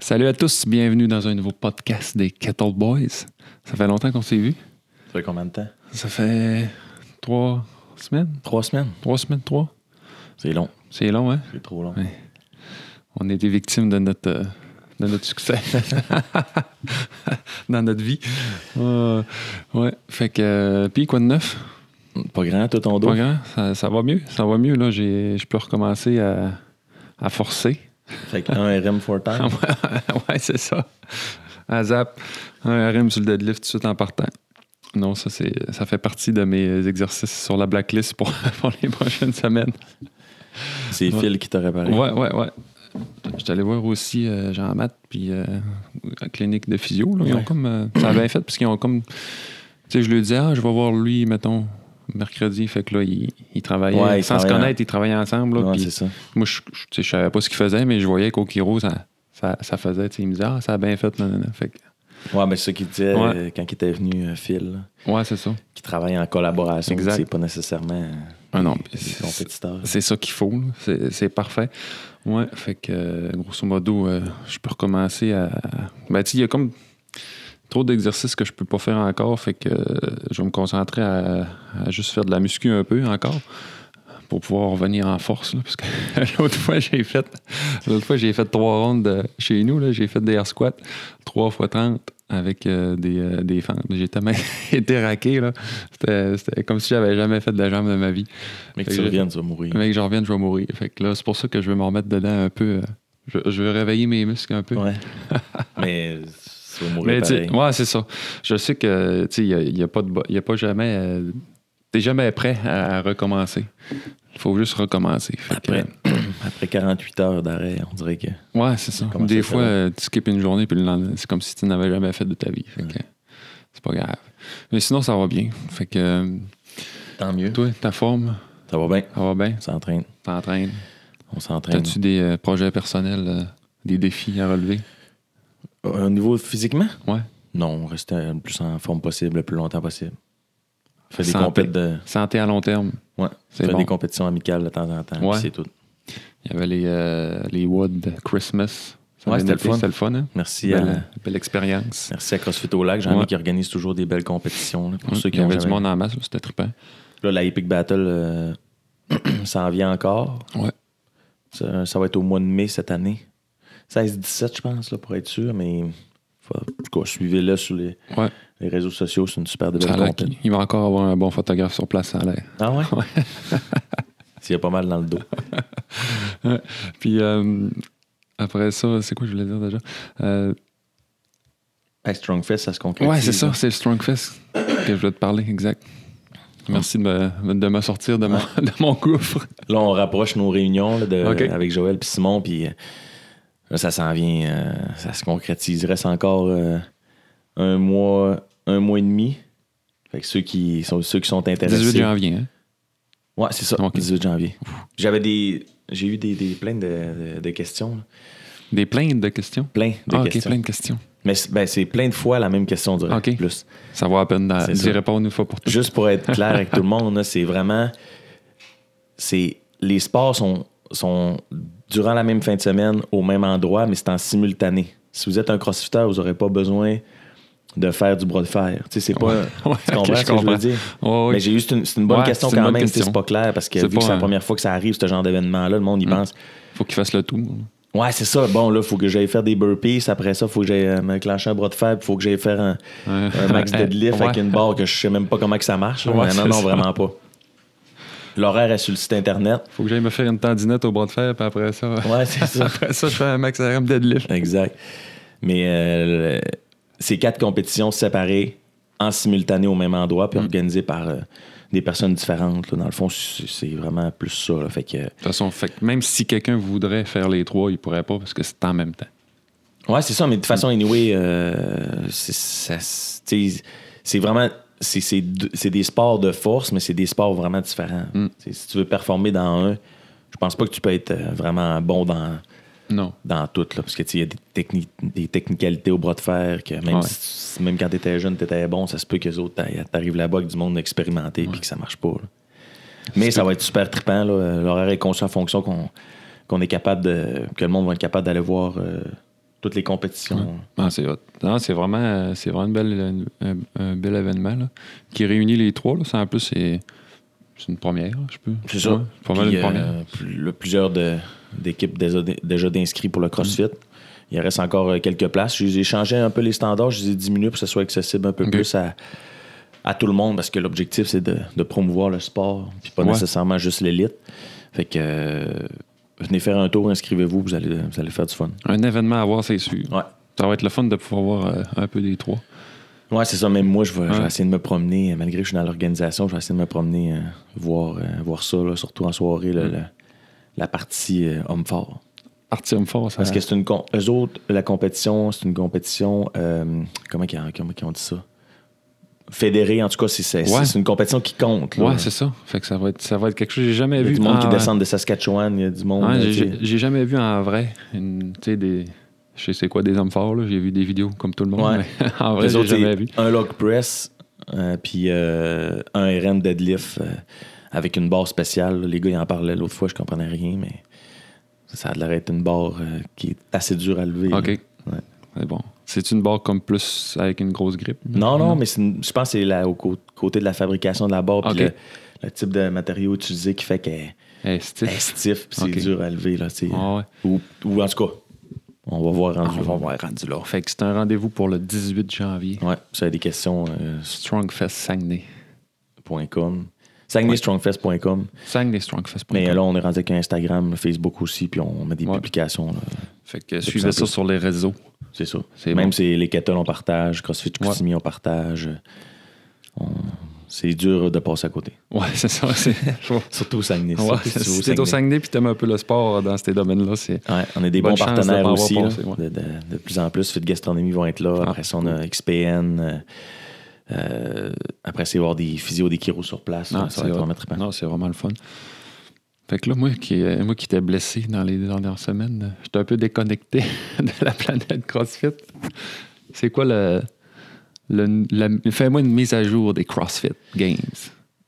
Salut à tous, bienvenue dans un nouveau podcast des Kettle Boys. Ça fait longtemps qu'on s'est vu. Ça fait combien de temps? Ça fait trois semaines, Trois semaines. trois semaines, trois. C'est long. C'est long, hein? C'est trop long. Ouais. On était victime de notre, euh, de notre succès dans notre vie. Euh, ouais, fait que. euh, puis quoi de neuf? Pas grand, tout ton dos. Pas grand, ça, ça va mieux, ça va mieux. Là, J'ai- je peux recommencer à, à forcer. Fait qu'un RM four Ah time. ouais, ouais, c'est ça. À zap, un RM sur le deadlift tout de suite en partant. Non, ça, c'est, ça fait partie de mes exercices sur la blacklist pour, pour les prochaines semaines. C'est Ouais. Phil qui t'a réparé. Ouais, ouais, ouais. Je suis allé voir aussi euh, Jean-Matt, puis euh, la clinique de physio. là. Ils ont Ouais. comme, euh, ça a bien fait, parce qu'ils ont comme. Tu sais, je lui disais, ah, je vais voir lui, mettons, mercredi. Fait que là, ils ils travaillaient. Ouais, ils sans se travaillaient. connaître, ils travaillaient ensemble. là, Ouais, puis- c'est ça. moi, je, je, tu sais, je savais pas ce qu'il faisait, mais je voyais qu'au Kiro, ça, ça, ça faisait. tu sais, Il me disait, ah, ça a bien fait. nanana. Fait que- Ouais, mais c'est ça qu'il disait Ouais. euh, quand il était venu, euh, Phil, là, ouais, c'est ça. qui travaille en collaboration. Exact. C'est pas nécessairement euh, Ah non, des c'est compétiteurs. c'est ça qu'il faut. là. C'est c'est parfait. Ouais, fait que, euh, grosso modo, euh, je peux recommencer à. Ben, tu sais, il y a comme trop d'exercices que je peux pas faire encore. Fait que euh, je vais me concentrer à, à juste faire de la muscu un peu encore. Pour pouvoir revenir en force, là, parce que l'autre fois, j'ai fait. L'autre fois, j'ai fait trois rondes de- chez nous. là. J'ai fait des air squats, 3 x 30 avec euh, des, euh, des fentes. J'ai tellement été raqué. là. C'était c'était comme si j'avais jamais fait de la jambe de ma vie. Mais que Fait tu que- reviennes, tu vas mourir. mais que je revienne, je vais mourir. Fait que là, c'est pour ça que je veux me remettre dedans un peu. euh, Je, je veux réveiller mes muscles un peu. Ouais. mais tu vas Mais mourir tu sais, pareil. ouais, c'est ça. Je sais que tu sais, il n'y a, il y a pas de bo- il y a pas jamais. euh, T'es jamais prêt à, à recommencer. Il faut juste recommencer. Fait que, Après, après 48 heures d'arrêt, on dirait que. euh, ouais, c'est ça. Comment Des ça fois, fait, là? euh, tu skippes une journée, puis le lendemain, c'est comme si tu n'avais jamais fait de ta vie. Fait que, euh, c'est pas grave. Mais sinon, ça va bien. Fait que, euh, Tant mieux. toi, ta forme, Ça va bien. ça va bien? On s'entraîne. T'entraînes? On s'entraîne. T'as-tu des euh, projets personnels, euh, des défis à relever? Au niveau physiquement? Ouais. Non, rester le plus en forme possible, le plus longtemps possible. Fais des Santé. compètes de. Santé à long terme. Ouais. C'est Fais bon. des compétitions amicales de temps en temps. Ouais. puis C'est tout. Il y avait les, euh, les Wood Christmas. Ça Ouais, avait c'était le été, fun. euh, C'était le fun, hein? Merci à, Belle, belle expérience. merci à CrossFit au Lac, Jean-Mi Ouais. qui organise toujours des belles compétitions. là, pour Hum, ceux qui Il y ont avait du jamais- monde en masse, là, c'était trippant. Là, la Epic Battle euh, s'en vient encore. Ouais. Ça, ça va être au mois de mai cette année. 16-17, je pense, là, pour être sûr, mais faut- en tout cas, suivez-le sur les, Ouais. les réseaux sociaux. C'est une super de Ça a belle l'air compétition. qu'il- il va encore avoir un bon photographe sur place, ça a l'air. Ah ouais? S'il y a pas mal dans le dos. Puis euh, après ça, c'est quoi que je voulais dire déjà? Euh, Hey, Strongfest, ça se concrétise. ouais, c'est ça, là. c'est le Strongfest que je voulais te parler, exact. Merci de me, de me sortir de mon, de mon gouffre. Là, on rapproche nos réunions là, de- Ok. avec Joël puis Simon, puis euh, là, ça s'en vient, euh, ça se concrétise. Il reste encore euh, un mois, un mois et demi. Fait que ceux qui sont, ceux qui sont intéressés. 18 janvier, hein? Ouais, c'est ça, Ok. 18 janvier. J'avais des, j'ai eu des, des plein de, de- de questions, là. Des plaintes de questions? plein de ah, ok, questions. plein de questions. Mais c'est- ben, c'est plein de fois la même question, on dirait, Ok. plus. Ça va à peine d'en- C'est d'y ça. répondre une fois pour toutes. juste pour être clair avec tout le monde, là, c'est vraiment. C'est, les sports sont, sont durant la même fin de semaine au même endroit, mais c'est en simultané. Si vous êtes un crossfitter, vous n'aurez pas besoin de faire du bras de fer. Tu sais, c'est pas. Ouais, tu ok, comprends je ce que je comprends. veux dire? Ouais, ouais. Mais j'ai eu, c'est une, c'est une bonne Ouais, question c'est une quand bonne même. tu sais, question. C'est pas clair parce que C'est vu que pas c'est la un- Mm. première fois que ça arrive, ce genre d'événement-là, le monde y pense. Faut qu'il fasse le tour. Ouais, c'est ça. Bon, là, faut que j'aille faire des burpees. Après ça, faut que j'aille euh, m'enclencher un bras de fer. puis faut que j'aille faire un, Ouais. un max deadlift Ouais. avec une barre que je sais même pas comment que ça marche. là. Ouais, Mais non, c'est non, ça. vraiment pas. L'horaire est sur le site internet. Faut que j'aille me faire une tendinette au bras de fer, puis après ça, Ouais, c'est ça. après ça, je fais un max RM deadlift. exact. Mais euh, le- c'est quatre compétitions séparées en simultané au même endroit, Mm. puis organisées par euh, des personnes différentes. là. Dans le fond, c'est c'est vraiment plus ça. là. Fait que, De toute façon, fait que même si quelqu'un voudrait faire les trois, il pourrait pas parce que c'est en même temps. Ouais, c'est ça, mais de toute façon, anyway, euh, c'est ça- tu sais, c'est vraiment. c'est- C'est d- c'est des sports de force, mais c'est des sports vraiment différents. Tu sais, Si tu veux performer dans un, je pense pas que tu peux être euh, vraiment bon dans, Non. dans tout, là, parce que tu sais, il y a des, techni- des technicalités au bras de fer que même, Ouais. si- même quand tu étais jeune, tu étais bon, ça se peut que les autres t'a- t'arrives là-bas avec du monde expérimenté puis que ça marche pas. là. Mais ça va être super trippant. là. L'horaire est conçu en fonction qu'on qu'on est capable de. que le monde va être capable d'aller voir euh, toutes les compétitions. Ah, c'est hot. Non, c'est vraiment, euh, c'est vraiment une belle, un, un bel événement là, qui réunit les trois. Là. Ça, en plus, c'est, c'est une première, je peux. C'est ça. Ouais, c'est pas mal Puis, une première. euh, plus- le- plusieurs de- d'équipes déjà, déjà d'inscrits pour le Mm. CrossFit. Il reste encore euh, quelques places. J'ai changé un peu les standards, je les ai diminués pour que ce soit accessible un peu Ok. plus à, à tout le monde parce que l'objectif, c'est de, de promouvoir le sport, puis pas Ouais. nécessairement juste l'élite. Fait que euh, venez faire un tour, inscrivez-vous, vous allez, vous allez faire du fun. Un événement à voir, c'est sûr. Ouais. Ça va être le fun de pouvoir voir euh, un peu des trois. Ouais, c'est ça. Même moi, je vais, je vais Ouais. essayer de me promener, euh, malgré que je suis dans l'organisation, je vais essayer de me promener, euh, voir, euh, voir ça, là, surtout en soirée, Mm. là, la, la partie euh, homme fort. Parti homme fort, ça. Parce que c'est une. com- Eux autres, la compétition, c'est une compétition. euh, comment qu'ils comment qu'ils ont dit ça Fédérée, en tout cas, c'est- c'est Ouais. c'est une compétition qui compte. là. Ouais, c'est ça. Fait que ça va être, ça va être quelque chose que j'ai jamais il y a vu. du monde qui Ah, descend de Saskatchewan, il y a du monde. Ouais, j'ai- euh, tu sais. j'ai j'ai jamais vu en vrai, une- tu sais, des. Je sais c'est quoi des hommes forts, là. J'ai vu des vidéos comme tout le monde, Ouais. mais en vrai, Les j'ai autres, jamais c'est vu. un log press, euh, puis euh, un RM deadlift euh, avec une barre spéciale. là. Les gars, ils en parlaient l'autre fois, je comprenais rien, mais ça a l'air d'être une barre euh, qui est assez dure à lever. là. OK. C'est bon. C'est une barre comme plus avec une grosse grippe. Non, non, mais c'est une- je pense que c'est la- au cô- côté de la fabrication de la barre, puis Ok. le, le type de matériau utilisé qui fait qu'elle Eh, elle c'est- est stiff, puis c'est Ok. dur à lever. Là, tu sais. Ah ouais. Ah, ou, ou en tout cas, on va voir rendu On là. va voir rendu là. Fait que c'est un rendez-vous pour le 18 janvier. Ouais, ça a des questions. euh, Strongfest Saguenay. point com. SaguenayStrongFest.com. Saguenay Strongfest. Mais euh, là, on est rendu avec Instagram, Facebook aussi, puis on met des Ouais. publications. là. Fait que plus suivez en ça plus. sur les réseaux. C'est ça. C'est Même bon. si les kettles, on partage, CrossFit Chicoutimi, on partage. euh, On- C'est dur de passer à côté. Ouais, c'est ça. C'est... Ouais, Surtout au Saguenay. surtout si tu vas si t'es au Saguenay puis t'aimes un peu le sport euh, dans ces domaines-là, c'est. Ouais, on est des Bonne bons chance de partenaires m'avoir aussi. là. passé, ouais. de, de- de plus en plus, Fit Gastronomie vont être là. Ah, Après ça, on a XPN. euh, euh, après, c'est voir des physios, des chiros sur place. Non, là, ça Ah, c'est va être hot. vraiment trippant. Non, c'est vraiment le fun. Fait que là, moi qui, euh, moi qui étais blessé dans les dernières semaines, j'étais un peu déconnecté de la planète CrossFit. C'est quoi le. le- la- Fais-moi une mise à jour des CrossFit Games.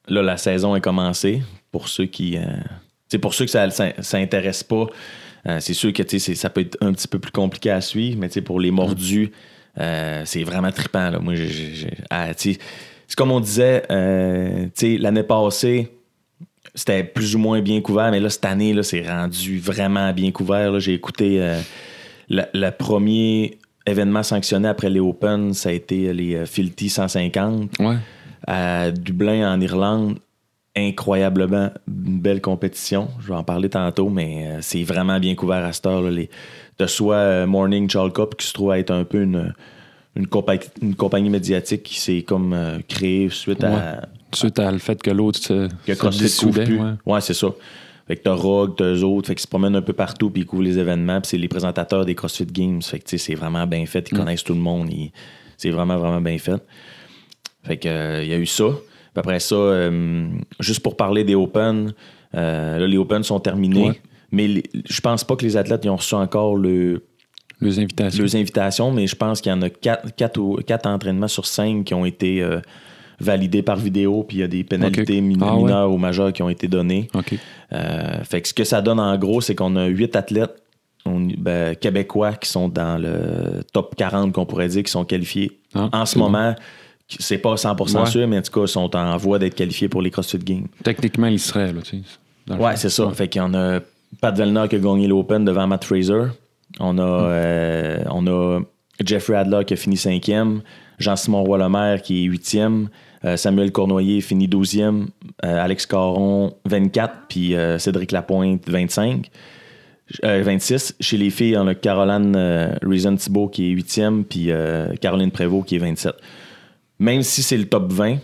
Là, la saison est commencée. Pour ceux qui. euh, tu sais, pour ceux que ça s'intéresse pas, euh, c'est sûr que tu sais, c'est- ça peut être un petit peu plus compliqué à suivre, mais tu sais, pour les mordus, euh, c'est vraiment trippant. Là. Moi, j'ai- j'ai- j'ai- ah, tu sais, c'est comme on disait euh, tu sais, l'année passée, c'était plus ou moins bien couvert, mais là, cette année, là, c'est rendu vraiment bien couvert. là. J'ai écouté euh, le, le premier événement sanctionné après les Open, ça a été les euh, Filthy 150 Ouais. à Dublin en Irlande. Incroyablement une belle compétition. Je vais en parler tantôt, mais euh, c'est vraiment bien couvert à cette heure. là, les, de soit euh, Morning Charles Cup, qui se trouve à être un peu une, une, compa- une compagnie médiatique qui s'est comme euh, créée suite à, Suite à le fait que l'autre se, que se CrossFit couvre dissoudait, plus. ouais. Ouais, c'est ça. Fait que t'as Rogue, t'as eux autres, fait qu'ils se promènent un peu partout, puis ils couvrent les événements, puis c'est les présentateurs des CrossFit Games. Fait que tu sais, c'est vraiment bien fait, ils Mm. connaissent tout le monde, ils- c'est vraiment, vraiment bien fait. Fait que euh, il y a eu ça. Puis après ça, euh, juste pour parler des Open, euh, là, les Open sont terminés, Ouais. mais les- je pense pas que les athlètes ils ont reçu encore le, Les invitations. deux invitations, mais je pense qu'il y en a quatre, quatre, ou- quatre entraînements sur cinq qui ont été euh, validés par vidéo, puis il y a des pénalités Ok. min- Ah ouais. mineures ou majeures qui ont été données. OK. Euh, fait que ce que ça donne en gros, c'est qu'on a huit athlètes on- ben, québécois qui sont dans le top 40, qu'on pourrait dire, qui sont qualifiés. Ah, en ce c'est bon. moment, qui- c'est pas 100% Ouais. sûr, mais en tout cas, sont en voie d'être qualifiés pour les CrossFit Games. Techniquement, il serait, là, tu sais. dans le Ouais, fond. c'est ça. Fait qu'il y en a Pat Vellner qui a gagné l'Open devant Matt Fraser. Hmm. On a, euh, on a Jeffrey Adler qui a fini cinquième. Jean-Simon Roy-Lemaire qui est huitième. Euh, Samuel Cournoyer finit douzième. Euh, Alex Caron, 24. Puis euh, Cédric Lapointe, 25. Euh, 26. Chez les filles, on a Caroline euh, Reason-Thibault qui est huitième. Puis euh, Caroline Prévost qui est 27 même si c'est le top 20,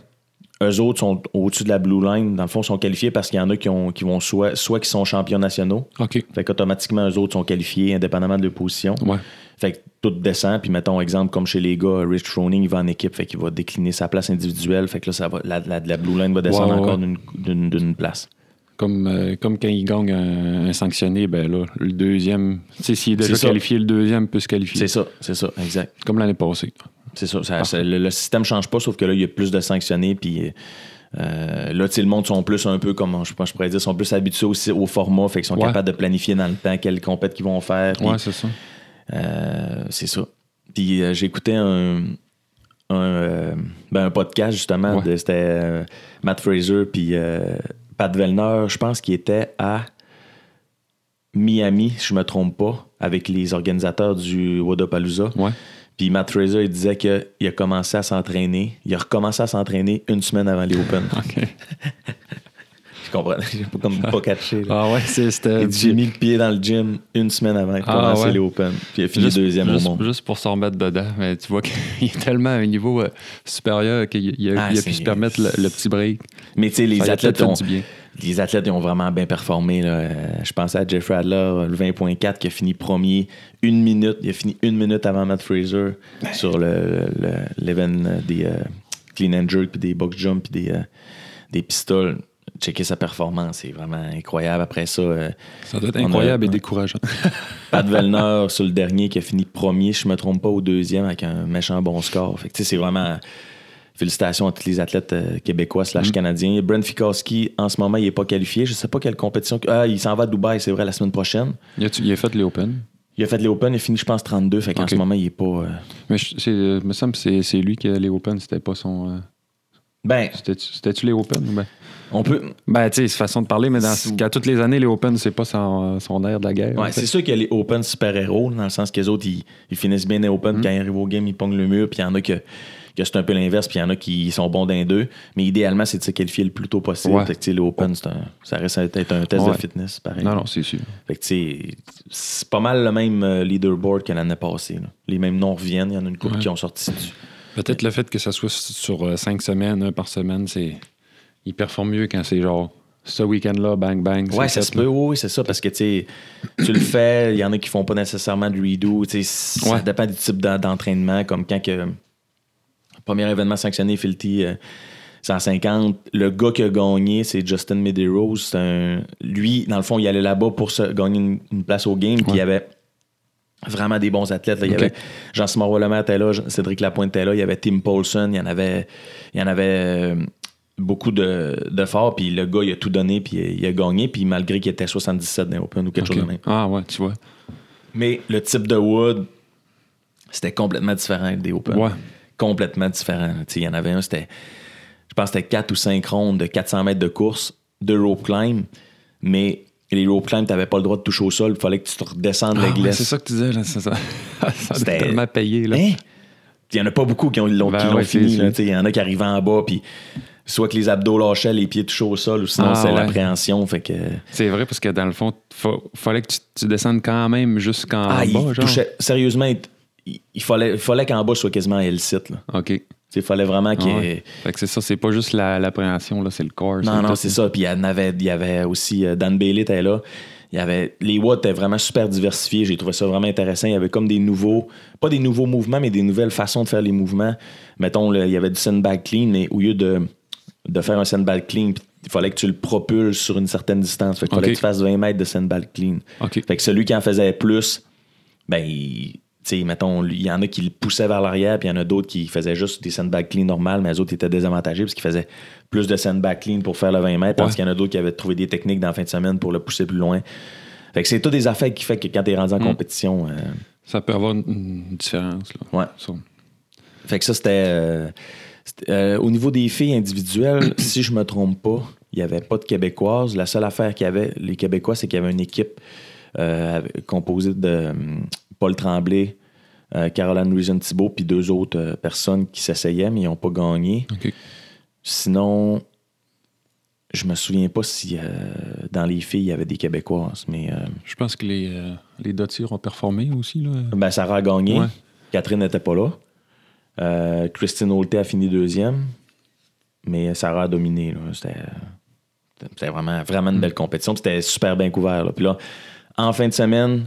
eux autres sont au-dessus de la blue line. Dans le fond, sont qualifiés parce qu'il y en a qui, ont, qui vont soit, soit qui sont champions nationaux. OK. Fait qu'automatiquement, eux autres sont qualifiés indépendamment de leur position. Ouais. Fait que tout descend. Puis mettons, exemple, comme chez les gars, Rich Froning, il va en équipe. Fait qu'il va décliner sa place individuelle. Fait que là, ça va, la, la- la blue line va descendre Ouais, ouais, encore ouais. d'une- d'une d'une place. Comme, euh, comme quand il gagne un, un sanctionné, ben là, le deuxième. Tu sais, s'il est déjà C'est ça. qualifié, le deuxième peut se qualifier. C'est ça, c'est ça, exact. Comme l'année passée. C'est ça. ça- ça- le, le système change pas, sauf que là, il y a plus de sanctionnés. Puis euh, là, tu sais, le monde sont plus un peu, comme je, pense- je pourrais dire, sont plus habitués aussi au format. Fait qu'ils sont Ouais. capables de planifier dans le temps quelles compètes qu'ils vont faire. puis Ouais, c'est ça. Euh, c'est ça. Puis euh, j'écoutais un, un, euh, ben, un podcast justement, Ouais. de- c'était euh, Matt Fraser puis euh, Pat Vellner, je pense qu'il était à Miami, si je me trompe pas, avec les organisateurs du Wadapalooza. Ouais. Puis Matt Fraser, il disait qu'il a commencé à s'entraîner, il a recommencé à s'entraîner une semaine avant les Open. OK. je comprends, j'ai pas comme pas catché. là. Ah ouais, c'est- c'était. Il dit, j'ai mis le pied dans le gym une semaine avant de Ah, commencer ouais. les Open. Puis il a fini deuxième juste, au monde. Juste pour s'en mettre dedans, mais tu vois qu'il est tellement à un niveau euh, supérieur qu'il il a, Ah, il a c'est- pu se permettre le, le petit break. Mais tu sais, les Ça lui a athlètes peut-être fait ont, du bien. les athlètes ils ont vraiment bien performé. là. Euh, Je pensais à Jeffrey Adler, le 20.4 qui a fini premier une minute. Il a fini une minute avant Matt Fraser sur le, le, l'event, euh, des euh, clean and jerk, puis des box jump, puis des, euh, des pistoles. Checker sa performance, c'est vraiment incroyable. Après ça, euh, Ça doit être On a- incroyable et ouais. décourageant. Pat Vellner sur le dernier qui a fini premier, je me trompe pas, au deuxième avec un méchant bon score. Fait que, tu sais, c'est vraiment. Félicitations à tous les athlètes euh, québécois slash canadiens. Brent Fikowski, en ce moment, il n'est pas qualifié. Je sais pas quelle compétition. Ah, il s'en va à Dubaï, c'est vrai, la semaine prochaine. Il a, tu- il a fait les Open. Il a fait les Open, il a fini, je pense, 32. Fait qu'en Ok. ce moment, il est pas. euh, Mais je- c'est, euh, me semble que c'est, c'est lui qui a les Open, c'était pas son. euh, Ben, c'était, tu les Open ou ben? on peut. Ben, tu sais, c'est façon de parler, mais dans, C'est- qu'à toutes les années, les Open, c'est pas son, euh, son air de la guerre. Ouais, en fait. c'est sûr qu'il y a les Open super-héros, dans le sens que les autres, ils, ils finissent bien les Open. Mm-hmm. Quand ils arrivent au game, ils pongent le mur. Puis il y en a que, que c'est un peu l'inverse. Puis il y en a qui sont bons d'un deux. Mais idéalement, c'est de se qualifier le plus tôt possible. Ouais. Fait que, tu sais, les Open, c'est un- ça reste un- être un test de Ouais. fitness, pareil. Non, non, c'est sûr. Fait que, tu sais, c'est pas mal le même euh, leaderboard que l'année passée. là. Les mêmes noms reviennent. Il y en a une couple Ouais. qui ont sorti du- Peut-être le fait que ça soit sur euh, cinq semaines, un par semaine, c'est. Il performe mieux quand c'est genre ce week-end-là, bang, bang. Ouais, c'est ça fait, se peut, oui, oui, c'est ça, parce que tu sais, tu le fais, il y en a qui font pas nécessairement de redo, tu sais, c- ça Ouais. dépend du type d'en- d'entraînement, comme quand que premier événement sanctionné, Filty euh, 150, le gars qui a gagné, c'est Justin Medeiros, c'est un- lui, dans le fond, il allait là-bas pour se gagner une, une place au game, puis il y avait vraiment des bons athlètes. là. Il y Ok. avait Jean-Simon Rollemaire était là, Jean- Cédric Lapointe était là, il y avait Tim Paulson, il y en avait, il y en avait euh, beaucoup de, de forts, puis le gars, il a tout donné, puis il a gagné, puis malgré qu'il était 77 dans Open ou quelque OK. chose de même. Ah ouais, tu vois. Mais le type de Wood, c'était complètement différent des Open. Ouais. Complètement différent. Tu sais, Il y en avait un, c'était, je pense que c'était 4 ou 5 rondes de 400 mètres de course, de rope climb, mais les rope climb, tu n'avais pas le droit de toucher au sol, il fallait que tu te redescendes Ah la ouais, glace. c'est ça que tu disais, là. Ça, ça, ça doit C'était- tellement payé, là. Hein? Il n'y en a pas beaucoup qui ont- l'ont Ben qui l'ont ouais, fini. c'est là. sûr. Tu sais, Il y en a qui arrivaient en bas, puis soit que les abdos lâchaient, les pieds touchaient au sol, ou sinon Ah c'est ouais. l'appréhension. Fait que. C'est vrai, parce que dans le fond, faut- fallait que tu, tu descendes quand même jusqu'en Ah, bas, ils genre. touchaient- Sérieusement, ils- il, il fallait, il fallait qu'en bas, je sois quasiment à L-site. là. Tu OK. sais, Il fallait vraiment Ah qu'il. y ouais. ait- Fait que c'est ça, c'est pas juste la- l'appréhension, là, c'est le corps. Non, le non, tout. c'est ça. Puis il y, en avait, il y avait aussi euh, Dan Bailey était là. Il y avait, les watts étaient vraiment super diversifiés. J'ai trouvé ça vraiment intéressant. Il y avait comme des nouveaux, pas des nouveaux mouvements, mais des nouvelles façons de faire les mouvements. Mettons, le- il y avait du sandbag clean, mais au lieu de, de faire un sandbag clean, puis il fallait que tu le propulses sur une certaine distance. Fait qu'il fallait Ok. que tu fasses 20 mètres de sandbag clean. OK. Fait que celui qui en faisait plus, ben, il- tu sais, mettons, il y en a qui le poussaient vers l'arrière, puis il y en a d'autres qui faisaient juste des sandbag clean normales, mais les autres étaient désavantagés parce qu'ils faisaient plus de sandbag clean pour faire le 20 mètres, parce Ouais. qu'il y en a d'autres qui avaient trouvé des techniques dans la fin de semaine pour le pousser plus loin. Fait que c'est toutes des affaires qui fait que quand t'es rendu en Mm. compétition, euh, Ça peut avoir une, une différence, là. ouais. Ça. Fait que ça, c'était. euh, c'était, euh, au niveau des filles individuelles, si je me trompe pas, il n'y avait pas de Québécoises. La seule affaire qu'il y avait, les Québécois, c'est qu'il y avait une équipe euh, avec- composée de hum, Paul Tremblay, euh, Caroline Reason Thibault, puis deux autres euh, personnes qui s'essayaient, mais ils n'ont pas gagné. OK. Sinon, je me souviens pas si euh, dans les filles, il y avait des Québécoises, mais euh, Je pense que les, euh, les dotiers ont performé aussi, là. ben, Sarah a gagné. Ouais. Catherine n'était pas là. Euh, Christine Holté a fini deuxième. Mais Sarah a dominé. là. C'était c'était vraiment, vraiment Mm. une belle compétition. puis C'était super bien couvert. là. Puis là, en fin de semaine,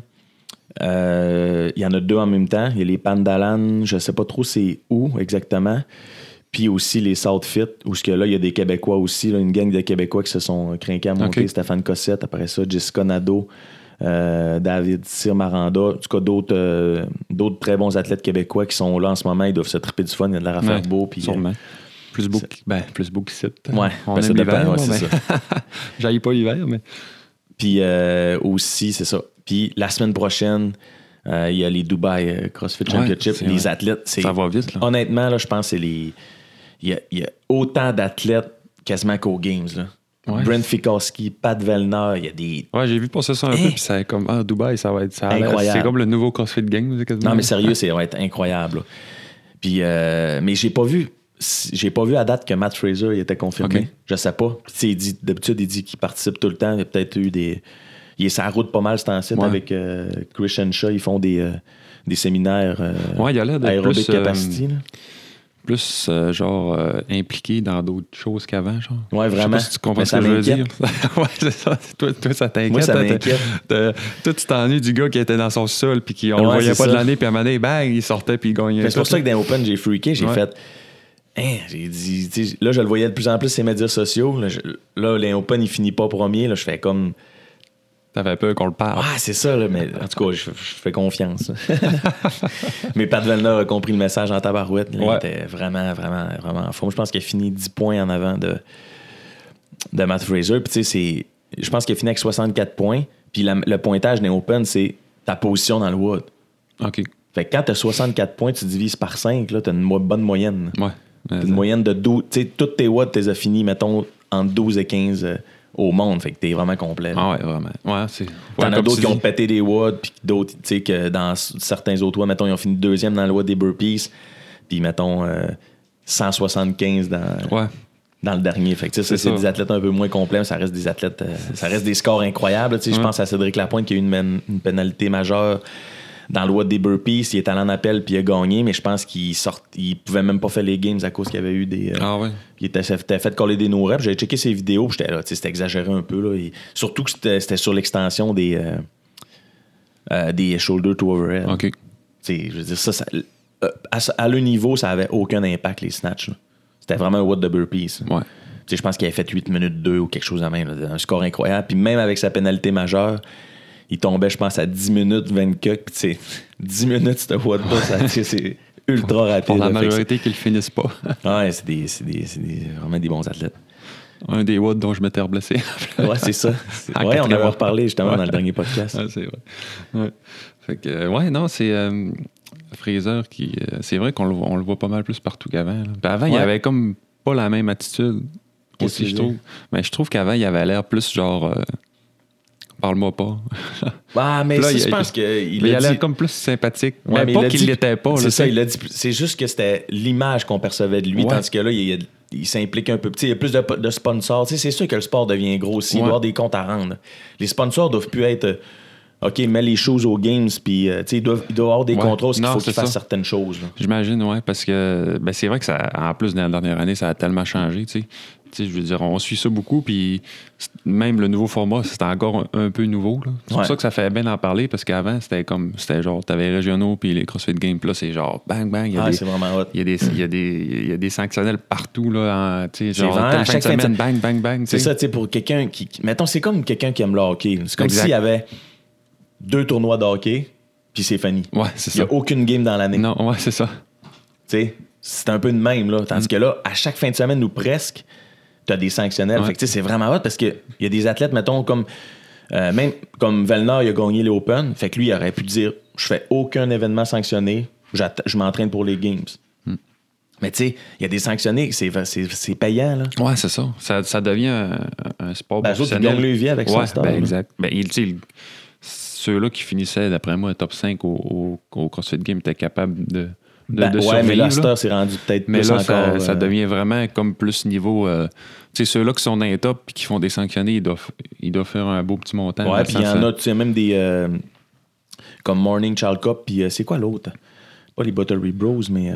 euh, il y en a deux en même temps. Il y a les Pandalan, je sais pas trop c'est où exactement. Puis aussi les South Fit, où ce que là, il y a des Québécois aussi, là, une gang de Québécois qui se sont crinqués à monter. Ok. Stéphane Cossette, après ça, Jessica Nadeau, euh, David Sir Maranda. En tout cas, d'autres euh, d'autres très bons athlètes québécois qui sont là en ce moment. Ils doivent se triper du fun. Il y a de l'air à faire Ouais, beau. Puis, euh, Sûrement. Plus beau, que- ben, plus beau qu'ici. Ouais, on ben, ça aime dépend, l'hiver, là, ouais, c'est mais- J'haïs pas l'hiver, mais... Puis euh, aussi, c'est ça. Puis la semaine prochaine, Euh, il y a les Dubai euh, CrossFit Championship. c'est les vrai. athlètes, c'est. Ça va vite, là. Honnêtement, là, je pense que c'est les. Il y a, il y a autant d'athlètes quasiment qu'aux Games. Là. Ouais. Brent Fikowski, Pat Vellner, il y a des. Ah. Ouais, j'ai vu passer ça un Hein? peu, puis c'est comme, ah, Dubaï, ça va être. Ça a l'air- Incroyable. C'est comme le nouveau CrossFit Gang, quasiment. Non, mais sérieux, c'est va être incroyable. là. Puis, euh, mais j'ai pas vu. J'ai pas vu à date que Matt Fraser il était confirmé. Ok. Je sais pas. Puis, tu sais, il dit- D'habitude, il dit qu'il participe tout le temps. Il a peut-être eu des. Il est sur la route pas mal, c'est en site Ouais. avec euh, Christian Shaw. Ils font des, euh, des séminaires euh, Ouais, il a l'air d'être aérobic plus, euh, capacity. là. plus euh, genre euh, impliqué dans d'autres choses qu'avant, genre. Ouais, vraiment. Je sais pas si tu comprends Mais ce ça que je veux dire. m'inquiète. ouais, c'est ça. Toi, toi, ça t'inquiète. Moi, ça hein, t'as- m'inquiète. t'as- Toi, tu t'ennuies du gars qui était dans son sol, puis qui on le Ouais, voyait c'est pas de ça. l'année, puis à un moment donné, bang, il sortait, puis il gagnait. Fait que C'est pour tout, ça là. que dans Open, j'ai freaké, j'ai Ouais. fait. Hein, j'ai dit, tu sais, là, je le voyais de plus en plus sur les médias sociaux. Là, je- là, les Open, il finit pas premier. Là, je fais comme. T'avais peur qu'on le parle. Ah, c'est ça, là, mais en tout cas, je, je fais confiance. mais Pat Vellner a compris le message en tabarouette. là. Ouais. Il était vraiment, vraiment, vraiment en forme. Je pense qu'il a fini 10 points en avant de, de Matt Fraser. Puis, tu sais, c'est- je pense qu'il a fini avec 64 points. Puis, la- le pointage des Open, c'est ta position dans le Wood. Ah. OK. Fait que quand t'as 64 points, tu divises par 5, là, t'as une mo- bonne moyenne. Ouais. T'as une moyenne de 12. Tu sais, toutes tes watts, t'es fini, mettons, entre 12 et 15 euh, au monde. Fait que t'es vraiment complet. là. Ah ouais, vraiment. Ouais, c'est. T'en Ouais, as comme d'autres tu qui ont dis. pété des watts, puis d'autres, tu sais, que dans s- certains autres watts, mettons, ils ont fini deuxième dans le watt des burpees, puis mettons, euh, 175 dans, Ouais. dans le dernier. Fait que, tu sais, ça, C'est c'est ça. des athlètes un peu moins complets, mais ça reste des athlètes, euh, ça reste des scores incroyables. Tu sais, Je Ouais. pense à Cédric Lapointe qui a eu une, men- une pénalité majeure dans le Watt des burpees. Il est allé en appel puis il a gagné, mais je pense qu'il sort, il pouvait même pas faire les games à cause qu'il y avait eu des. euh, Ah ouais. il était, s'était fait coller des no-reps. J'avais checké ses vidéos, puis j'étais là, tu sais, c'était exagéré un peu. Là. Il- surtout que c'était c'était sur l'extension des, euh, euh, des shoulder to overhead. OK. Tu sais, Je veux dire, ça, ça- euh, à, ce- à le niveau, ça avait aucun impact, les snatchs. là. C'était vraiment un what the burpees. ça. Ouais. Tu sais, Je pense qu'il avait fait 8 minutes 2 ou quelque chose de même. là. un score incroyable. Puis même avec sa pénalité majeure, il tombait, je pense, à 10 minutes 24. Puis tu sais, 10 minutes, c'était what the ça- tu sais, c'est ultra rapide. Pour la là. Fait que c'est- majorité qu'ils le finissent pas. Ouais, c'est des- c'est des- c'est des- vraiment des bons athlètes. Un des WOD dont je m'étais reblessé. Ouais, c'est ça. En Ouais, on en quatrième. a reparlé justement Ouais. dans le dernier podcast. Ouais, c'est vrai. Ouais. Fait que, euh, ouais, non, c'est euh, Fraser qui. euh, c'est vrai qu'on le, voit- on le voit pas mal plus partout qu'avant. là. Puis avant, il Ouais. avait comme pas la même attitude. Aussi, Qu'est-ce que je tu veux trouve. Mais je trouve qu'avant, il avait l'air plus genre. euh, Parle-moi pas. Ah, mais Puis là, ça, il- je pense Il, qu'il a a l'air dit. comme plus sympathique. Ouais, mais, mais il pas l'a qu'il dit- l'était pas. C'est là, ça, tu sais. il l'a dit. plus- C'est juste que c'était l'image qu'on percevait de lui, Ouais. tandis que là, il, il- il s'implique un peu. Tu sais, Il y a plus de, de sponsors. Tu sais, C'est sûr que le sport devient gros aussi. Il doit Ouais. y avoir des comptes à rendre. Les sponsors doivent plus être. euh, OK, mets les choses aux games, puis euh, tu sais, ils doivent, ils doivent avoir des Ouais. contrôles, parce qu'il Non, faut c'est qu'ils fassent ça. certaines choses. là. J'imagine, oui, parce que ben, c'est vrai que ça, en plus, dans la dernière année, ça a tellement changé. Tu sais. Tu sais, je veux dire, on suit ça beaucoup, puis c'est- même le nouveau format, c'est encore un, un peu nouveau. là. C'est Ouais. pour ça que ça fait bien d'en parler, parce qu'avant, c'était comme, c'était genre, t'avais les régionaux, puis les CrossFit Games, puis là, c'est genre, bang, bang, il y a Ah, des. c'est vraiment hot. Il y, a des, il, y a des, il y a des sanctionnels partout, là, en, tu sais, C'est genre, vrai, telle à fin de chaque fin de semaine, bang, bang, bang. tu C'est sais. ça, tu sais, pour quelqu'un qui. qui- Mettons, c'est comme quelqu'un qui aime le hockey. C'est comme Exact. s'il y avait deux tournois de hockey, puis c'est fini. Ouais, c'est Il n'y ça. a aucune game dans l'année. Non, ouais, c'est ça. Tu sais, c'est un peu de même, là. Mm. Tandis que là, à chaque fin de semaine ou presque, tu as des sanctionnels. Ouais. Fait que, tu sais, c'est vraiment hot parce qu'il y a des athlètes, mettons, comme. euh, même comme Velnor, il a gagné les Open. Fait que lui, il aurait pu dire Je fais aucun événement sanctionné, j'atte- je m'entraîne pour les Games. Mm. Mais tu sais, il y a des sanctionnés, c'est c'est- c'est payant, là. Ouais, c'est ça. ça. ça devient un, un sport Ben, eux autres, ils professionnel. gagnent leur vie avec ça, ouais, cette heure, ben, là. exact. Ben, il- tu sais, il- ceux-là qui finissaient, d'après moi, top 5 au, au, au CrossFit Game étaient capables de, de, Ben, de ouais, survivre. mais là, là. à cette heure, c'est rendu peut-être Mais plus là, encore. ça, ça euh, devient vraiment comme plus niveau. euh, tu sais, ceux-là qui sont dans les top et qui font des sanctionnés, ils doivent, ils doivent faire un beau petit montant. Ouais, dans puis le il y sens, en euh, a, tu sais, même des. euh, comme Morning Child Cup, puis euh, c'est quoi l'autre Pas les Buttery Bros, mais. euh,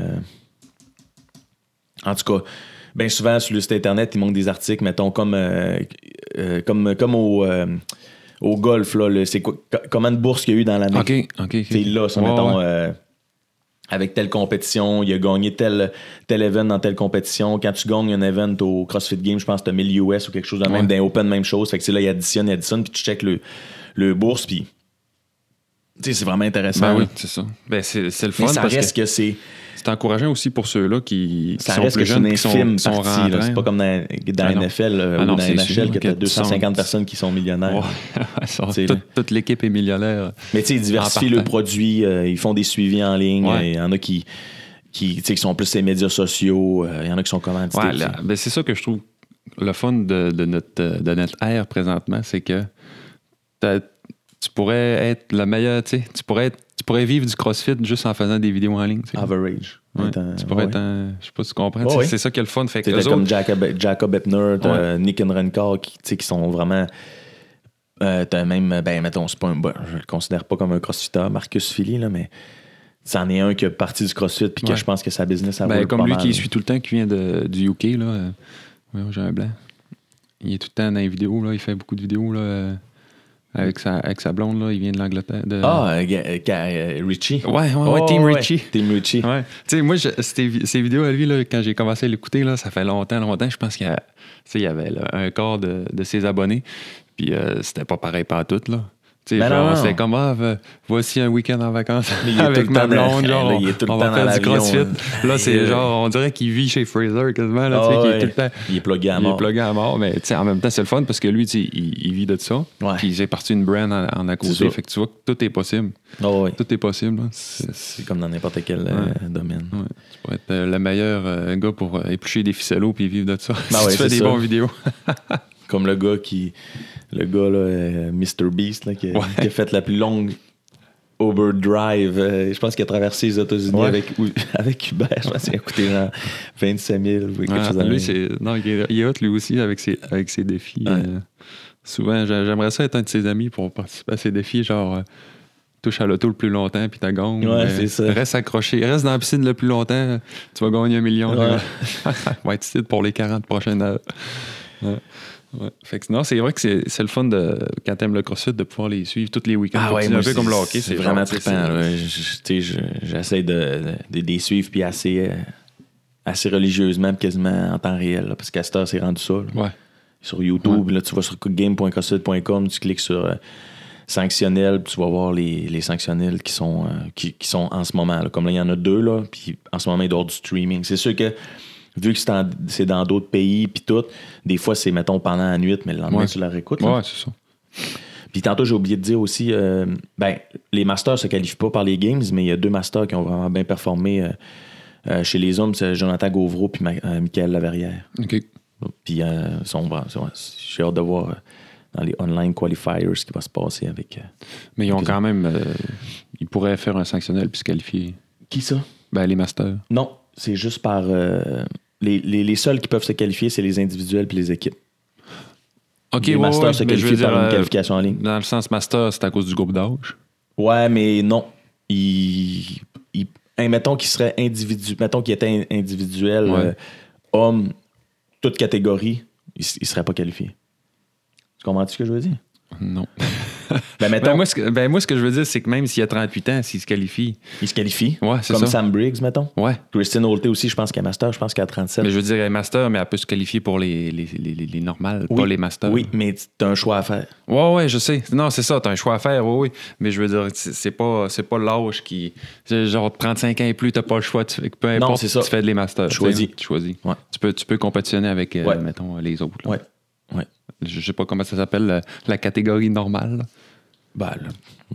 en tout cas, bien souvent, sur le site Internet, il manque des articles, mettons, comme, euh, euh, comme, comme au, euh, au golf, là. le- C'est quoi co- Comment de bourse qu'il y a eu dans l'année OK, OK. ok. c'est là, ça, Ouais, mettons, ouais. euh, avec telle compétition, il a gagné tel, tel event dans telle compétition. Quand tu gagnes un event au CrossFit Game, je pense que tu as 1000 US ou quelque chose de même, Ouais. d'un Open, même chose. Fait que tu sais, là, il additionne, il additionne, puis tu checkes le, le bourse, puis Tu sais, c'est vraiment intéressant. Ben là. oui, c'est ça. Ben, c'est c'est le fun Mais ça parce reste que que, c'est. c'est encourageant aussi pour ceux-là qui, qui Ça sont reste plus que c'est une jeunes, qui sont, infime qui sont partie. là. rentrants. C'est pas comme dans, dans Ah non. NFL euh, Ah ou non, dans c'est NHL sûr que que t'as tu 250 sens- Oh, personnes qui sont millionnaires. Ouais. Ça, C'est- toute, toute l'équipe est millionnaire. euh, Mais tu sais, ils diversifient En le partant. produit, euh, ils font des suivis en ligne. euh, Ouais. Il y en a qui, qui, tu sais, qui sont plus ces médias sociaux, euh, il y en a qui sont commandités. Ouais, tu sais. là, ben, c'est ça que je trouve le fun de, de notre, euh, de notre ère présentement, c'est que t'as- tu pourrais être le meilleur, tu sais, tu pourrais, être- tu pourrais vivre du CrossFit juste en faisant des vidéos en ligne. tu sais. Average. Ouais, Attends, tu pourrais Ah, ouais. être un- Je sais pas si tu comprends. Ouais, tu sais, ouais. C'est ça qui est le fun. Fait que T'sais, t'as les comme autres, Jacob, Jacob Epner, t'as Ouais. euh, Nick and Rencor qui, t'sais, qui sont vraiment. euh, t'as même, ben, mettons, c'est pas un. ben, je le considère pas comme un crossfitter, Marcus Philly, là, mais c'en est un qui a parti du crossfit puis que Ouais. je pense que sa business a ben, roule comme pas lui mal. qui suit tout le temps, qui vient de- du UK, là. euh, voyons, j'ai un blanc. Il est tout le temps dans les vidéos, là. Il fait beaucoup de vidéos, là. euh, Avec sa, avec sa blonde, là. Il vient de l'Angleterre. de- Ah, euh, ga- euh, ga- euh, Richie. Ouais, ouais, ouais, Oh, Team Richie. Team Richie. Ouais. Tu sais, moi, je- ces, vi- ces vidéos à lui, là, quand j'ai commencé à l'écouter, là, ça fait longtemps, longtemps. Je pense qu'il y, a- tu sais, il y avait là, un quart de, de ses abonnés. Puis euh, c'était pas pareil pas tout, là. Tu sais, Ben non, genre, non. c'était comme, ah, v- voici un week-end en vacances Mais il est tout avec le ma temps dans- blonde, genre, là, il est tout le on temps va dans faire du l'avion, crossfit. là. Là, Il est- c'est genre, on dirait qu'il vit chez Fraser quasiment, là, tu sais, Ah, qu'il est ouais. tout le temps... Il est plugué à Il est mort. plugué à mort, mais tu sais, en même temps, c'est le fun parce que lui, tu sais, il, il vit de ça. Ouais. Puis j'ai parti une brand en, en à C'est côté. ça. Fait que tu vois que tout est possible. Ah, ouais. Tout est possible. hein. C'est- C'est comme dans n'importe quel euh, domaine. Ouais, tu pourrais être euh, le meilleur euh, gars pour euh, éplucher des ficellos puis vivre de ça. si Bah ouais, tu fais c'est des ça. bonnes vidéos. Comme le gars qui. Le gars, là, euh, Mr. Beast, là, qui, a- Ouais. qui a fait la plus longue Uber Drive. euh, je pense qu'il a traversé les États-Unis Ouais. avec, ou- avec Uber. Je pense qu'il a coûté genre 25 000 ou quelque chose Ouais, dans le- lui, c'est. Non, il est, il est hot lui aussi avec ses, avec ses défis. Ouais. euh, souvent, j'a- j'aimerais ça être un de ses amis pour participer à ses défis, genre. euh, Touche à l'auto le plus longtemps, puis t'as gagné. Ouais, c'est ça. Reste accroché. Reste dans la piscine le plus longtemps, euh, tu vas gagner un million. Ouais. Va être ici pour les 40 prochaines heures. Ouais. Ouais. Fait que non, c'est vrai que c'est c'est le fun de, quand t'aimes le crossfit de pouvoir les suivre tous les week-ends. Ah ouais, C'est moi, un peu comme le hockey. C'est genre, vraiment tu sais, trippant. c'est- là. Je- je- tu sais, je- J'essaie de, de, de les suivre puis assez, euh, assez religieusement, puis quasiment en temps réel. là, parce qu'à cette heure, c'est rendu ça. là. Ouais. sur YouTube. Là, tu vas sur game.crossfit.com, tu cliques sur euh, sanctionnel, puis tu vas voir les, les sanctionnels qui sont, euh, qui, qui sont en ce moment. là. Comme là, il y en a deux, là, puis en ce moment, il doit y avoir du streaming. C'est sûr que vu que c'est en- c'est dans d'autres pays, puis tout, des fois, c'est, mettons, pendant la nuit, mais le lendemain, Ouais. tu la réécoutes. là. Ouais, c'est ça. Puis tantôt, j'ai oublié de dire aussi, euh, ben, les masters se qualifient pas par les games, mais il y a deux masters qui ont vraiment bien performé euh, euh, chez les hommes, c'est Jonathan Gauvreau puis Ma- euh, Michael Laverrière. OK. Puis, euh, sont bra- sont- j'ai hâte de voir euh, dans les online qualifiers ce qui va se passer avec. euh, Mais ils ont Ok. quand même. euh, ils pourraient faire un sanctionnel puis se qualifier. Qui ça Ben, les masters. Non, c'est juste par. euh, les, les- les seuls qui peuvent se qualifier, c'est les individuels puis les équipes. OK, les masters se qualifient par une qualification en ligne. euh, Dans le sens master, c'est à cause du groupe d'âge. Ouais, mais non. Ils. ils- hein, mettons qu'ils seraient individu, mettons qu'ils étaient in- individuels, Ouais. euh, hommes, toute catégorie, ils, s- ils seraient pas qualifiés. Tu comprends-tu ce que je veux dire? Non. Ben, mettons, Ben moi, ce que, ben, moi, ce que je veux dire, c'est que même s'il y a 38 ans, s'il se qualifie. ils se qualifient. Ouais, c'est comme ça. Sam Briggs, mettons. Ouais. Christine Holté aussi, je pense qu'à Master, je pense qu'à 37. Mais je veux dire, elle est master, mais elle peut se qualifier pour les, les, les, les- les normales, Oui, pas les masters. Oui, mais t'as un choix à faire. Ouais, ouais, je sais. Non, c'est ça, t'as un choix à faire, oui, oui. Mais je veux dire, c'est c'est pas, c'est pas l'âge qui. c'est Genre, 35 ans et plus, t'as pas le choix. Tu, fais que peu importe, c'est ça. tu fais de les masters. Tu choisis. Tu sais, Tu choisis. Ouais. Tu, peux, tu peux compétitionner avec, euh, Ouais. mettons, les autres. là. Ouais. Ouais. Je sais pas comment ça s'appelle, la, la catégorie normale. là. Bah, là,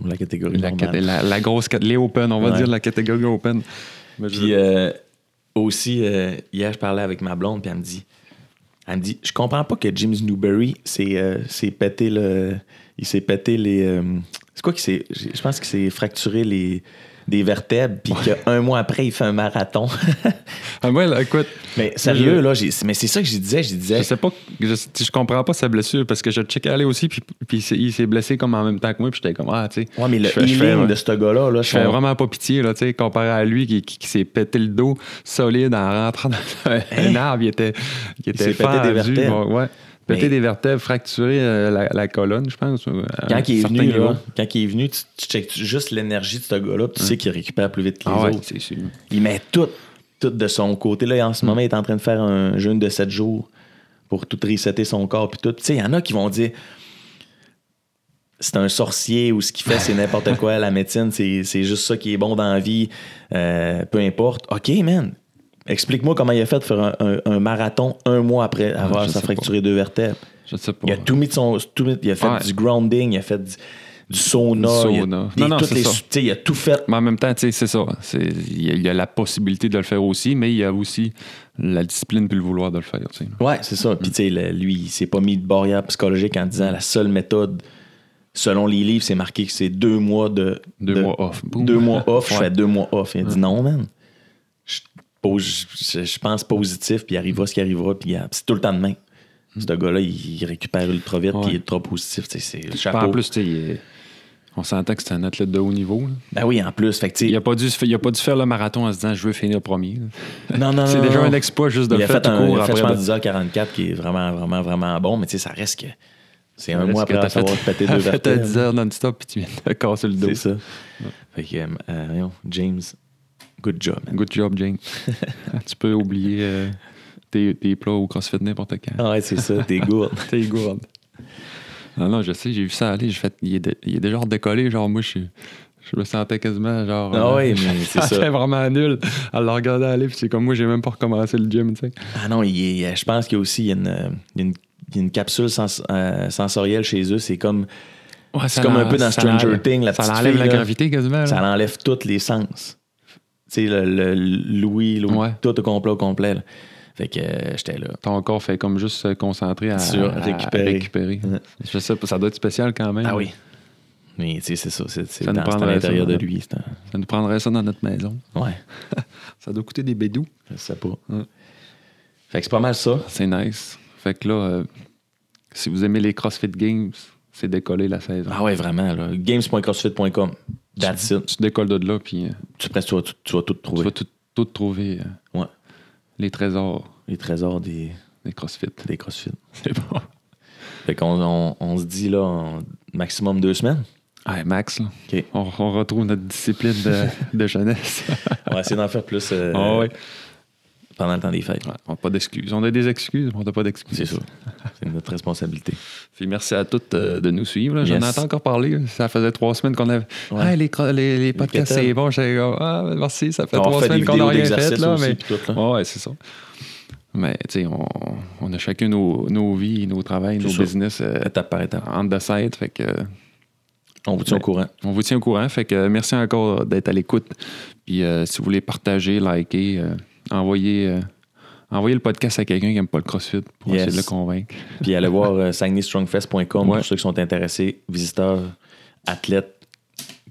la catégorie. La, normale. caté- la- la grosse catégorie. Les open, on va Ouais. dire la catégorie open. Mais je- Puis euh, aussi, euh, hier, je parlais avec ma blonde, puis elle me dit Elle me dit, je comprends pas que James Newberry s'est euh, s'est pété le. Il s'est pété les. euh, c'est quoi qui s'est. j'ai- Je pense qu'il s'est fracturé les. Des vertèbres, puis qu'un mois après, il fait un marathon. Ah, moi, là, écoute, mais sérieux, je- là, j'ai- mais c'est ça que je disais. Je disais, je sais pas, je, je comprends pas sa blessure parce que je le checkais aller aussi, puis, puis c'est- il s'est blessé comme en même temps que moi, puis j'étais comme, ah, tu sais. ouais, mais le je fais- je healing fais- de ce gars-là, là, Je fais son- vraiment pas pitié, là, tu sais, comparé à lui qui, qui- qui s'est pété le dos solide en rentrant dans un, un arbre. Il était, il était Hein? s'est pété fendu, des vertèbres. ouais. Pété Mais- des vertèbres, fracturé euh, la, la colonne, je pense. euh, à un Quand il est certain venu, niveau. là, quand il est venu, tu, tu checkes juste l'énergie de ce gars-là, puis tu sais qu'il récupère plus vite que les Ah ouais, autres. c'est sûr. Il met tout, tout de son côté. Là, en Mm. ce moment, il est en train de faire un jeûne de 7 jours pour tout resetter son corps, puis tout. Tu sais, il y en a qui vont dire c'est un sorcier ou ce qu'il fait, c'est n'importe quoi. La médecine, c'est c'est juste ça qui est bon dans la vie. Euh, peu importe. OK, man. Explique-moi comment il a fait de faire un, un- un marathon un mois après avoir Ah, je sa sais fracturé deux vertèbres. Je sais pas. Il a tout mis de son. tout mis- il a fait Ouais. du grounding, il a fait du, du sauna. Du Il a, sauna. des- Non, non, toutes c'est les ça. sou- tu sais, il a tout fait. Mais en même temps, tu sais, c'est ça. C'est- Il y, a- il y a la possibilité de le faire aussi, mais il y a aussi la discipline puis le vouloir de le faire. tu sais. Ouais, c'est ça. Puis, tu sais, le- lui, il s'est pas mis de barrière psychologique en disant la seule méthode, selon les livres, c'est marqué que c'est deux mois de. Deux de- mois off. Boum. Deux mois off, je Ouais. fais deux mois off. Il a dit non, man. Je, pose- je- je pense positif, puis il arrivera ce qui arrivera, puis il a- c'est tout le temps de main. Ce gars-là, il il récupère ultra vite, puis Hmm. Ouais. il est ultra positif. tu sais, C'est Puis En chapeau. plus, tu sais, il est- on s'entend que c'est un athlète de haut niveau. là. Ben oui, en plus. Fait que, tu sais, Il n'a pas, dû se fa- il a pas dû faire le marathon en se disant je veux finir premier. Non, non, C'est non, déjà non. un exploit juste de il le a faire fait tout un il court a fait, après. je pense, de- 10h44 qui est vraiment, vraiment, vraiment bon, mais tu sais, ça reste que c'est un Est-ce mois après que t'as fait- avoir pété t'as deux fait à vertèbres. 10 heures non-stop puis tu viens de te casser le dos. C'est ça. Fait que, euh, euh, voyons, James, good job, man. Good job, James. tu peux oublier euh, tes, tes plats au CrossFit n'importe quand. Ah ouais, c'est ça, t'es gourde. T'es gourde. Non, non, je sais, j'ai vu ça aller. J'ai fait, il est, dé- il est déjà redécollé. Genre, moi, je, suis- je me sentais quasiment genre. Ah euh, ouais, mais c'est j'étais ça. vraiment nul à le regarder aller. Puis c'est comme moi, j'ai même pas recommencé le gym, tu sais. Ah non, il est- euh, je pense qu'il y a aussi il y a une, euh, il y a une- il y a une capsule sens- euh, sensorielle chez eux. C'est comme, Ouais, C'est comme un peu dans Stranger Things, la Ça petite enlève fille, la là. gravité quasiment. là. ça enlève tous les sens. Tu sais, le, le- l'ouïe, l'ouïe, Ouais. tout au complet, au complet. là. Fait que euh, j'étais là. Ton corps fait comme juste se concentrer à, Sur à- à récupérer. récupérer. Ouais. Je sais pas, ça doit être spécial quand même. Ah oui. Mais tu sais, c'est ça. C'est, c'est Mm. Ça nous dans- c'est à prendrait ça, l'intérieur de ouais. lui. c'est un- Ça nous prendrait ça dans notre maison. Ouais, Ça doit coûter des bédous. je sais pas. Hum. Fait que c'est pas mal ça. C'est nice. Fait que là, euh, si vous aimez les CrossFit Games, c'est décoller la saison. Ah ouais, vraiment. Là. Games.crossfit.com. That's it. Tu décolles de là, puis euh, Tu, presque, tu, vas, tout- tu vas tout tu trouver. vas tout, tout trouver euh, Ouais. les trésors Les trésors des, des CrossFit. des CrossFit. C'est bon. Fait qu'on on, on se dit là, en maximum deux semaines. Ouais, Ah, Max, là. OK. On, on retrouve notre discipline de, de jeunesse. On va essayer d'en faire plus euh, Ah ouais. pendant le temps des fêtes. Ouais, on n'a pas d'excuses. On a des excuses, mais on n'a pas d'excuses. C'est ça. C'est notre responsabilité. Puis merci à toutes euh, de nous suivre. là. J'en Yes. entends encore parler. là. Ça faisait trois semaines qu'on avait. Ouais. Ah, les, cro- les- les podcasts, quêteurs. c'est bon. J'étais comme, ah, merci. Ça fait On trois refait des semaines qu'on n'a vidéos rien fait. d'exercices Là, aussi. mais... puis tout, là. Ouais, ouais, c'est ça. Mais tu sais, on, on a chacun nos, nos vies, nos travails, C'est nos ça. business euh, Étape par étape. on the side. Fait que, euh, On vous tient au Ouais. courant. on vous tient au courant. Fait que euh, merci encore d'être à l'écoute. Puis euh, si vous voulez partager, liker, euh, envoyer, euh, envoyer le podcast à quelqu'un qui n'aime pas le CrossFit pour Yes. essayer de le convaincre. Puis allez voir euh, SaguenayStrongFest.com Ouais. pour ceux qui sont intéressés. Visiteurs, athlètes,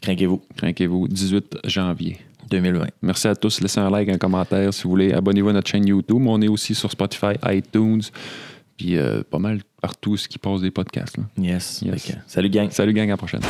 craquez-vous. Craquez-vous, 18 janvier. 2020. Merci à tous. Laissez un like, un commentaire si vous voulez. Abonnez-vous à notre chaîne YouTube. On est aussi sur Spotify, iTunes, puis euh, pas mal partout ce qui passe des podcasts. là. Yes. Yes. Fait que, salut, gang. Salut gang, à la prochaine.